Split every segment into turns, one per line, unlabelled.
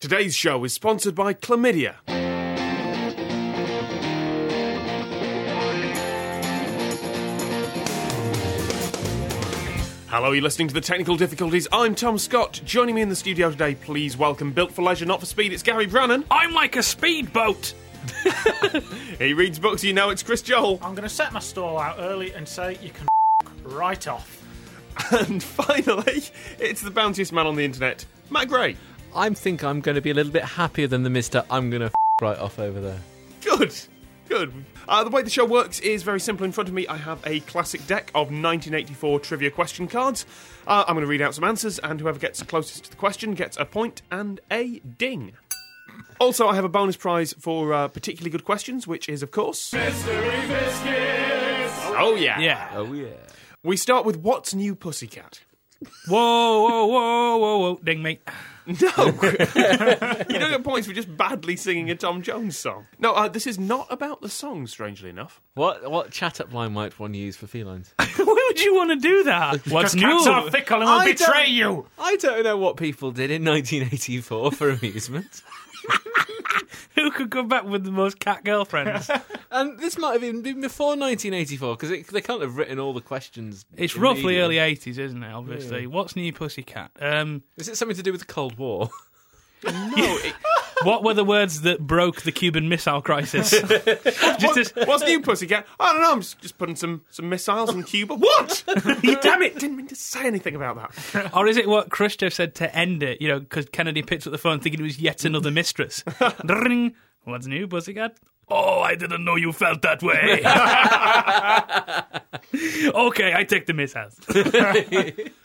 Today's show is sponsored by Chlamydia. Hello, you're listening to the technical difficulties. I'm Tom Scott. Joining me in the studio today, please welcome Built for Leisure, Not for Speed. It's Gary Brannan.
I'm like a speedboat.
He reads books, you know. It's Chris Joel.
I'm going to set my stall out early and say you can right off.
And finally, it's the bounciest man on the internet, Matt Gray.
I think I'm going to be a little bit happier than the Mister. I'm going to f- right off over there.
Good. Good. Uh, the way the show works is very simple. In front of me, I have a classic deck of 1984 trivia question cards. Uh, I'm going to read out some answers, and whoever gets closest to the question gets a point and a ding. Also, I have a bonus prize for uh, particularly good questions, which is, of course. Mystery Biscuits! Oh, yeah.
Yeah.
Oh yeah.
We start with What's New Pussycat?
Whoa, whoa, whoa, whoa, whoa. Ding me.
No, you don't get points for just badly singing a Tom Jones song. No, uh, this is not about the song. Strangely enough,
What what chat up line might one use for felines?
Why would you want to do that? What's
Cats are
new?
fickle and will
I
betray
don't-
you.
I don't know what people did in 1984 for amusement.
Who could come back with the most cat girlfriends?
And this might have even been before 1984 because they can't have written all the questions.
It's
immediately.
roughly early 80s, isn't it, obviously? What's new, Pussycat? Um,
Is it something to do with the Cold War?
what were the words that broke the Cuban Missile Crisis? Just as,
what's new, Pussycat? I don't know. I'm just, just putting some some missiles in Cuba. What? Damn it! Didn't mean to say anything about that.
or is it what Khrushchev said to end it? You know, because Kennedy picks up the phone thinking it was yet another mistress. Ring. What's new, pussycat? Oh, I didn't know you felt that way. okay, I take the missiles.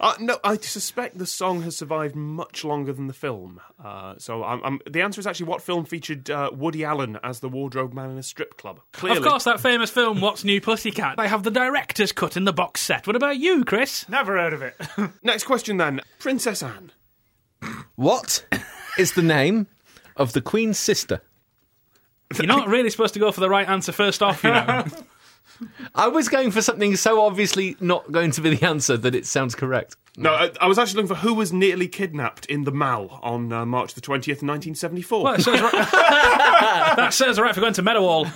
Uh, no, I suspect the song has survived much longer than the film. Uh, so I'm, I'm, the answer is actually what film featured uh, Woody Allen as the wardrobe man in a strip club? Clearly,
Of course, that famous film, What's New Pussycat? They have the director's cut in the box set. What about you, Chris?
Never heard of it.
Next question then, Princess Anne.
What is the name of the Queen's sister?
You're not really supposed to go for the right answer first off, you know.
I was going for something so obviously not going to be the answer that it sounds correct.
No, I, I was actually looking for who was nearly kidnapped in the Mall on uh, March the twentieth, nineteen seventy-four.
That says right, that says right for going to Meadowall.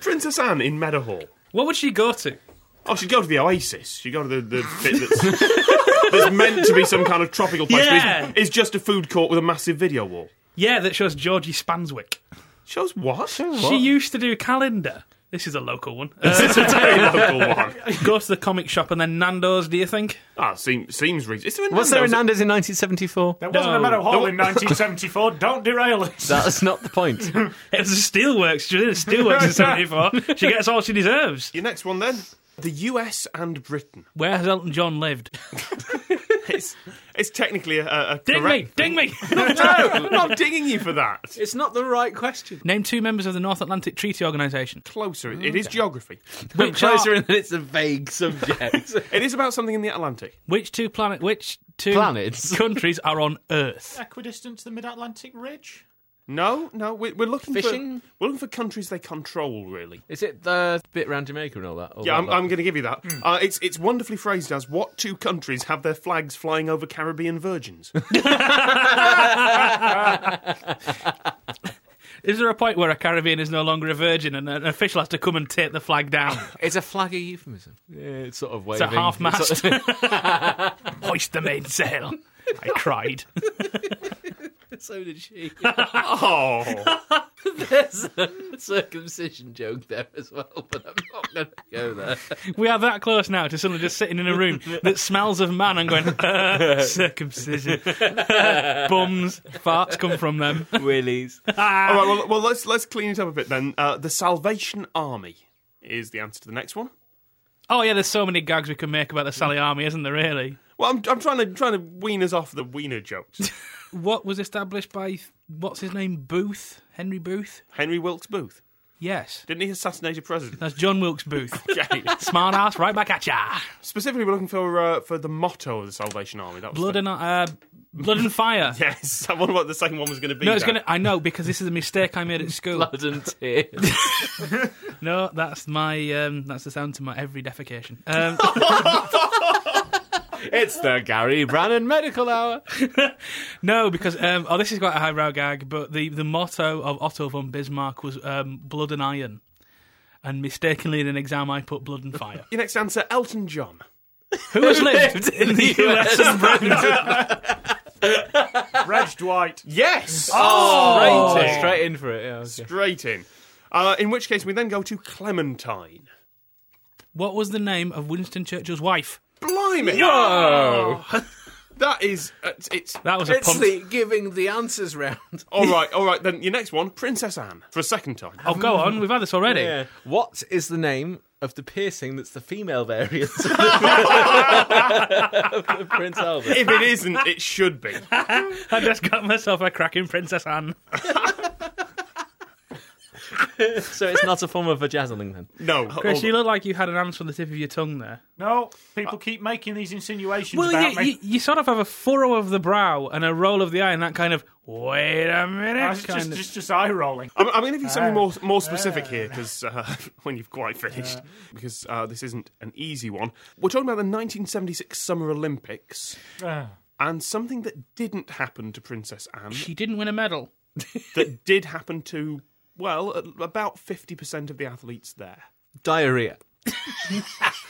Princess Anne in Meadowhall.
What would she go to?
Oh, she'd go to the Oasis. She'd go to the, the bit that's, that's meant to be some kind of tropical place. but
Yeah.
It's, it's just a food court with a massive video wall.
Yeah, that shows Georgie Spanswick.
Shows what?
She used to do calendar. This is a local one. Uh,
It's a very local one.
go to the comic shop and then Nando's. Do you think?
Ah, seem, seems reasonable. Is there a
Was there a
Nando's?
Nando's in 1974?
There wasn't a
No.
meadow hall in 1974. Don't derail us.
That's not the point.
It was a steelworks. She did a steelworks in '74. She gets all she deserves.
Your next one then. The US and Britain.
Where has Elton John lived?
It's, it's technically a, a a
Ding me!
correct-
Ding me!
No, I'm not dinging you for that.
It's not the right question.
Name two members of the North Atlantic Treaty Organisation.
Closer. It is geography.
Which
Closer
are,
in that it's a vague subject.
It is about something in the Atlantic.
which two planet? Which two
Planets.
countries are on Earth?
Equidistant to the Mid-Atlantic Ridge.
No, no, we're, we're looking
Fishing?
for we're looking for countries they control, really.
Is it the bit round Jamaica and all that? All
Yeah,
that
I'm,
lot?
I'm going to give you that.
Hmm.
Uh, it's it's wonderfully phrased as what two countries have their flags flying over Caribbean virgins?
Is there a point where a Caribbean is no longer a virgin and an official has to come and take the flag down?
It's a flag of euphemism. Yeah, it's sort of
It's
waving.
a half
It's
mast.
sort of-
Hoist the mainsail. I cried.
so did she.
oh,
There's a circumcision joke there as well, but I'm not going to go there.
We are that close now to someone just sitting in a room that smells of man and going, "Uh, circumcision. Bums, farts come from them.
Willies.
all right. Well, well, let's let's clean it up a bit then. Uh, the Salvation Army is the answer to the next one.
Oh, yeah, there's so many gags we can make about the Sally Army, isn't there, really?
Well, I'm, I'm trying to trying to wean us off the wiener jokes.
What was established by, what's his name, Booth? Henry Booth?
Henry Wilkes Booth
Yes.
didn't he assassinate a president?
That's John Wilkes Booth.
Okay.
Smart ass, right back at ya.
Specifically, we're looking for uh, for the motto of the Salvation Army. That was
Blood
the-
and, uh, blood and fire.
yes. I wonder what the second one was going to be.
No, it's
then.
gonna. I know because this is a mistake I made at school.
Blood and tears.
No, that's my. Um, that's the sound to my every defecation. Um,
It's the Gary Brannan Medical Hour.
No, because um, oh, this is quite a highbrow gag. But the, the motto of Otto von Bismarck was um, "blood and iron," and mistakenly in an exam I put "blood and fire."
Your next answer, Elton John.
Who has lived in the US and Britain?
Reg Dwight.
Yes!
Oh!
Straight, in. straight in for it. Yeah, okay.
Straight in. Uh, in which case, we then go to Clementine.
What was the name of Winston Churchill's wife?
Blimey!
Oh,
That is. uh, It's.
That was a
it's
punt.
the giving the answers round.
All right, all right. Then your next one, Princess Anne, for a second time.
Oh, go on. We've had this already.
What is the name of the piercing that's the female variant of the Prince Albert?
If it isn't, it should be.
I just got myself a cracking Princess Anne.
So it's not a form of vajazzling then.
No.
Chris,
Hold-
you look like you had an answer on the tip of your tongue there.
No,
Uh,
people keep making these insinuations
Well,
about
you,
me.
you, you sort of have a furrow of the brow and a roll of the eye, and that kind of wait a minute.
I was
kind
just,
of-
just, just eye rolling.
Oh, I'm, I'm going to give you something more more specific here 'cause here because uh, when you've quite finished, because uh, this isn't an easy one. We're talking about the 1976 Summer Olympics
Ah.
and something that didn't happen to Princess Anne
She didn't win a medal.
that did happen to well a- about 50% of the athletes there.
Diarrhea.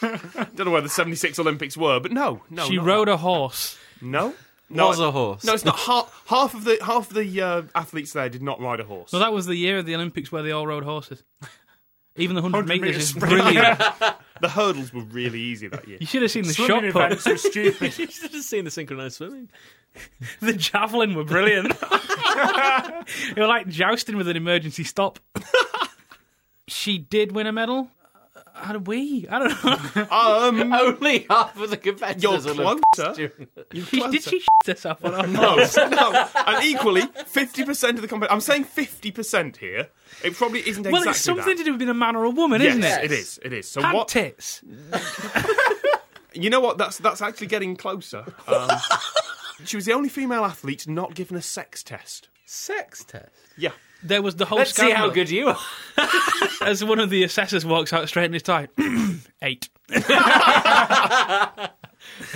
Don't know where the 76 Olympics were, but no, no.
She
not
rode a horse.
that. No. No,
Was a horse.
No, it's not. Half, half of the half of the uh, athletes there did not ride a horse.
No, that was the year of the Olympics where they all rode horses. Even the 100 metres
metre
is
sprint.
brilliant.
the hurdles were really easy that year.
You should have seen the shot
Swimming
put.
events are stupid.
You should have seen the synchronized swimming.
The javelin were brilliant. they were like jousting with an emergency stop. she did win a medal. How did we? I don't know.
Um,
Only half of the competitors.
you're
will have
closer.
during the-
She- did she shit herself on our
No, no. And equally, 50% of the company. I'm saying 50% here. It probably isn't exactly
Well, it's something to
that.
do with being a man or a woman,
Yes,
isn't it?
it is. It is. So
Hand
what?
tits.
you know what? That's that's actually getting closer. Um, she was the only female athlete not given a sex test.
Sex test.
Yeah.
There was the whole
Let's see
scandal.
how good you are.
As one of the assessors walks out straight in his tie. Eight.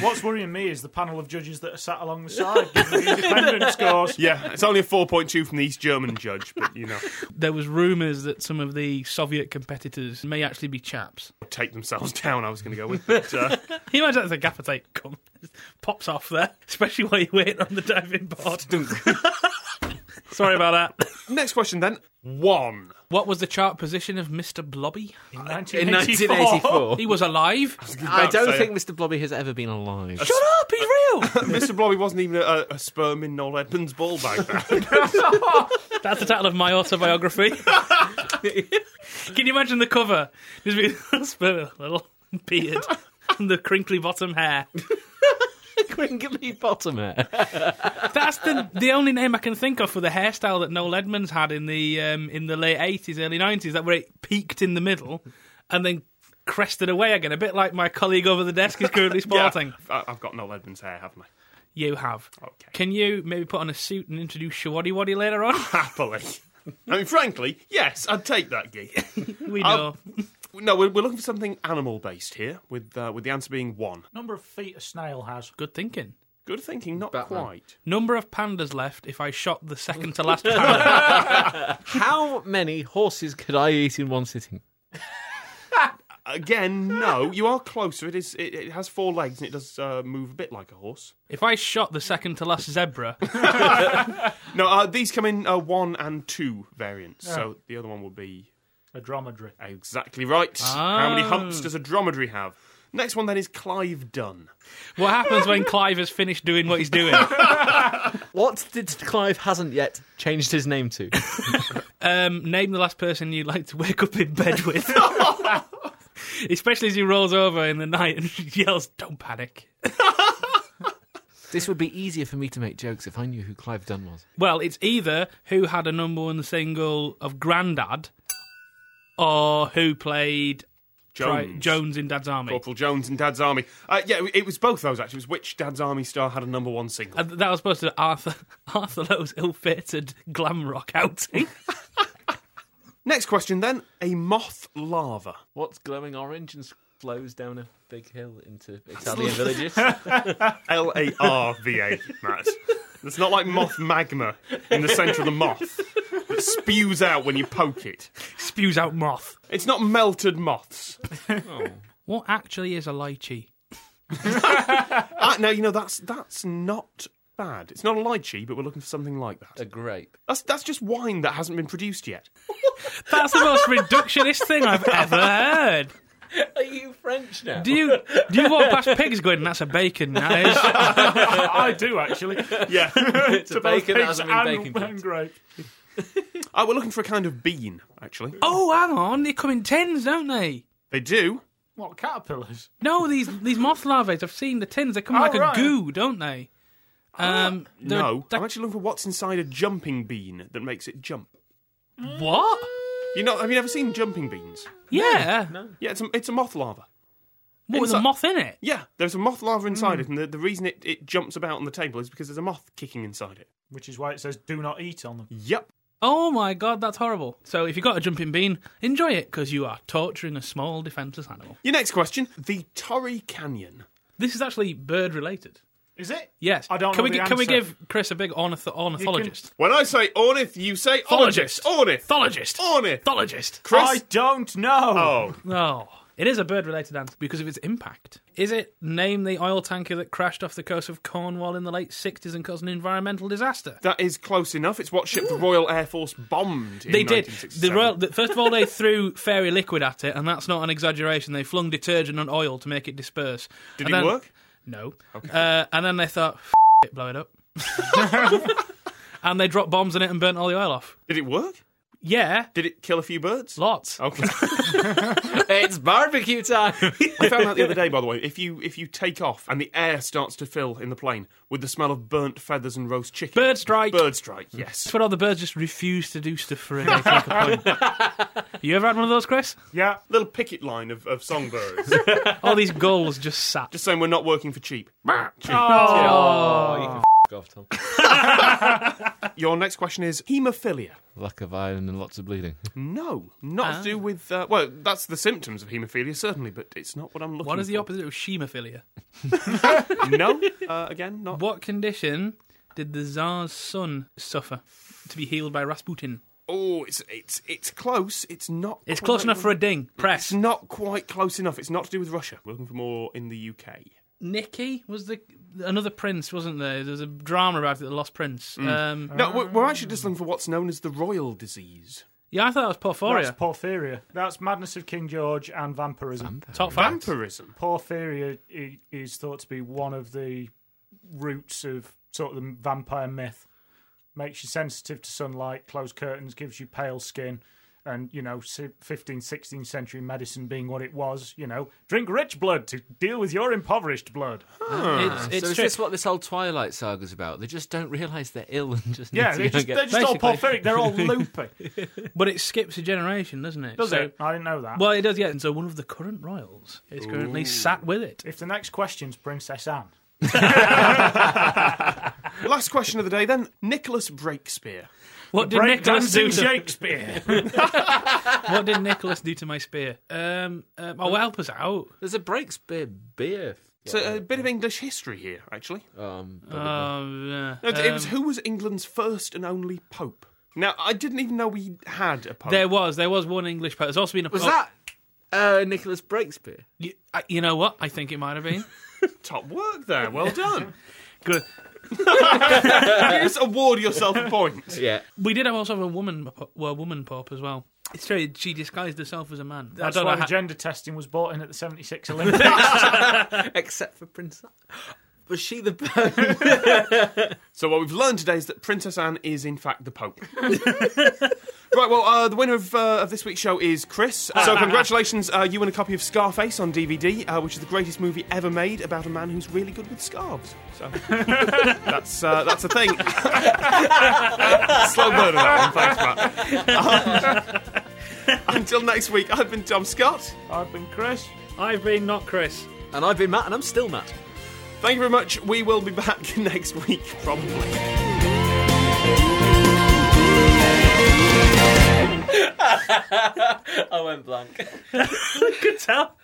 What's worrying me is the panel of judges that are sat along the side giving the independent scores.
Yeah. It's only a 4.2 from the East German judge, but you know,
There was rumours that some of the Soviet competitors may actually be chaps.
take themselves down, I was going to go with. But, uh,
He might have the gaffer tape come, pops off there, especially while you wait on the diving board. Sorry about that.
next question then. One.
What was the chart position of Mr. Blobby?
In
1984.
1984.
He was alive.
I don't
Say-
think Mr. Blobby has ever been alive.
Shut up, he's real.
Mr. Blobby wasn't even a, a sperm in Noel Edmonds' ball bag. then.
That's the title of my autobiography. Can you imagine the cover? Just be just be a little beard and the crinkly bottom hair.
Crinkly bottom hair.
That's the the only name I can think of for the hairstyle that Noel Edmonds had in the um, in the late eighties, early nineties, that where it peaked in the middle and then crested away again, a bit like my colleague over the desk is currently
Yeah,
sporting.
I- I've got Noel Edmonds' hair, haven't I?
You have.
Okay.
Can you maybe put on a suit and introduce Shawaddy Waddy later on?
Happily. I mean, frankly, yes, I'd take that gig.
we know.
No, we're, we're looking for something animal-based here, with uh, with the answer being one.
Number of feet a snail has.
Good thinking.
Good thinking, not
Batman.
quite.
Number of pandas left if I shot the second to last panda.
How many horses could I eat in one sitting?
Again, no. You are closer. It is. It, it has four legs and it does uh, move a bit like a horse.
if I shot the second to last zebra,
No, uh, these come in uh, one and two variants. So the other one will be
A dromedary.
exactly right. How many
Ah.
humps does a dromedary have? Next one then is Clive Dunn.
what happens when Clive has finished doing what he's doing?
What did Clive hasn't yet changed his name to?
Um, name the last person you'd like to wake up in bed with. Especially as he rolls over in the night and yells, Don't panic.
this would be easier for me to make jokes if I knew who Clive Dunn was.
Well, it's either who had a number one single of Grandad or who played Pri-
Jones.
Jones in Dad's Army.
Corporal Jones and Dad's Army. Uh, yeah, it was both those actually. It was which Dad's Army star had a number one single?
And Uh, that was supposed to be Arthur, Arthur Lowe's ill fated glam rock outing.
Next question then a moth larva.
What's glowing orange and flows down a big hill into Italian villages.
L A R V A, Matt. It's not like moth magma in the centre of the moth that spews out when you poke it.
Spews out moth.
It's not melted moths.
What actually is a lychee?
Ah, now you know that's that's not bad. It's not a lychee, but we're looking for something like that.
a grape.
That's that's just wine that hasn't been produced yet.
That's the most reductionist thing I've ever heard.
Are you French now?
Do you do you walk past pigs going, that's a bacon, that is?
I do actually.
Yeah.
it's a bacon that
Pigs
hasn't been
and,
baking yet.
and grape.
Ah, we're looking for a kind of bean, actually.
Oh, hang on, they come in tins, don't they?
They do.
What caterpillars?
No, these these moth larvae, I've seen the tins, they come
Oh,
like
right. Uh,
a goo, don't they? Um, they're-
No.
they're-
I'm actually looking for what's inside a jumping bean that makes it jump.
what?
You know, have you ever seen jumping beans?
Yeah.
Yeah, it's a, it's a moth larva.
What, with a
Inside-
moth in it?
Yeah, there's a moth larva inside it, and the, the reason it, it jumps about on the table is because there's a moth kicking inside it.
Which is why it says "do not eat" on them.
Yep.
Oh my god, that's horrible. So if you've got a jumping bean, enjoy it, because you are torturing a small defenceless animal.
Your next question the Torrey Canyon.
This is actually bird related.
Is it?
Yes.
I don't
Can
know
we
the
gi- can we
answer.
give Chris a big ornitho- ornithologist?
When I say ornith, you say
Thologist.
Ornith.
Thologist.
Ornith.
Thologist.
Chris.
I don't know.
Oh.
No. It is a bird related answer because of its impact. Is it name the oil tanker that crashed off the coast of Cornwall in the late 60s and caused an environmental disaster?
That is close enough. It's what ship the Royal Air Force bombed in
They did. The
1967.
royal, the, first of all, they threw fairy liquid at it, and that's not an exaggeration. They flung detergent and oil to make it disperse.
Did
And
it
then-
work?
No. Uh, and then they thought, F- it, blow it up. and they dropped bombs in it and burnt all the oil off.
Did it work?
Yeah,
Did it kill a few birds?
lots.
Okay.
It's barbecue time.
I found out the other day, by the way, if you if you take off and the air starts to fill in the plane with the smell of burnt feathers and roast chicken.
Bird strike.
Bird strike, yes.
That's what all the birds just refuse to do stuff for it. They take a point. you ever had one of those, Chris?
Yeah.
Little picket line of, of songbirds.
All these gulls just sat.
Just saying we're not working for cheap.
Oh, you can f- off, Tom.
Your next question is haemophilia.
Lack of iron and lots of bleeding.
No, not to do with. Uh, well, that's the symptoms of haemophilia, certainly, but it's not what I'm looking
What is the
for.
opposite of schemophilia?
No, uh, again, not.
What condition did the Tsar's son suffer to be healed by Rasputin?
Oh, it's it's it's close. It's not.
It's close
quite-
enough for a ding.
It's
Press.
not quite close enough. It's not to do with Russia. We're looking for more in the UK.
Nicky was the another prince, wasn't there? There was a drama about it, the Lost Prince. Um,
No, we're, we're actually just looking for what's known as the royal disease.
yeah, I thought that was
That's
Porphyria.
porphyria. That's madness of King George and vampirism.
Top fact.
Vampirism.
porphyria i- is thought to be one of the roots of sort of the vampire myth. Makes you sensitive to sunlight, closed curtains, gives you pale skin. And, you know, si- 15th, 16th century medicine being what it was, you know, drink rich blood to deal with your impoverished blood.
It's, it's
so is
true.
this what this whole Twilight saga's about? They just don't realise they're ill and just
Yeah, they're
need to go
just,
get
they're just all
Basically.
porphyric. They're all loopy.
But it skips a generation, doesn't it?
Does
So-
it? I didn't know that.
Well, it does, yeah. And so one of the current royals is currently sat with it.
if the next question's Princess Anne,
Last question of the day then. Nicholas Breakspear.
What did Nicholas do?
breakdancing
To,
Shakespeare.
what did Nicholas do to my spear? Um, um, oh, help us out.
There's a Breakspear beer.
So a bit of English history here, actually.
Um,
Um, yeah.
No, it was
Um,
who was England's first and only pope. Now I didn't even know we had a pope.
There was there was one English poet. There's also been a
was
oh,
that uh, Nicholas Breakspear?
You, I- you know what? I think it might have been
Top work there. Well done.
good.
Just award yourself a point.
Yeah.
We did have also have a woman, po- well, a woman pop as well. It's true. She disguised herself as a man.
That's
I don't
why
know.
the
how-
gender testing was brought in at the 76 Olympics.
Except for Prince. Was she the bird?
So what we've learned today is that Princess Anne is in fact the Pope. right. Well, uh, the winner of, uh, of this week's show is Chris. So congratulations, uh, you win a copy of Scarface on DVD, uh, which is the greatest movie ever made about a man who's really good with scarves. So that's uh, that's a thing. Slow burn on that one. Thanks, Matt. Um, until next week, I've been Tom Scott.
I've been Chris.
I've been not Chris.
and I've been Matt, and I'm still Matt.
Thank you very much. We will be back next week, probably.
I went blank.
Good tell.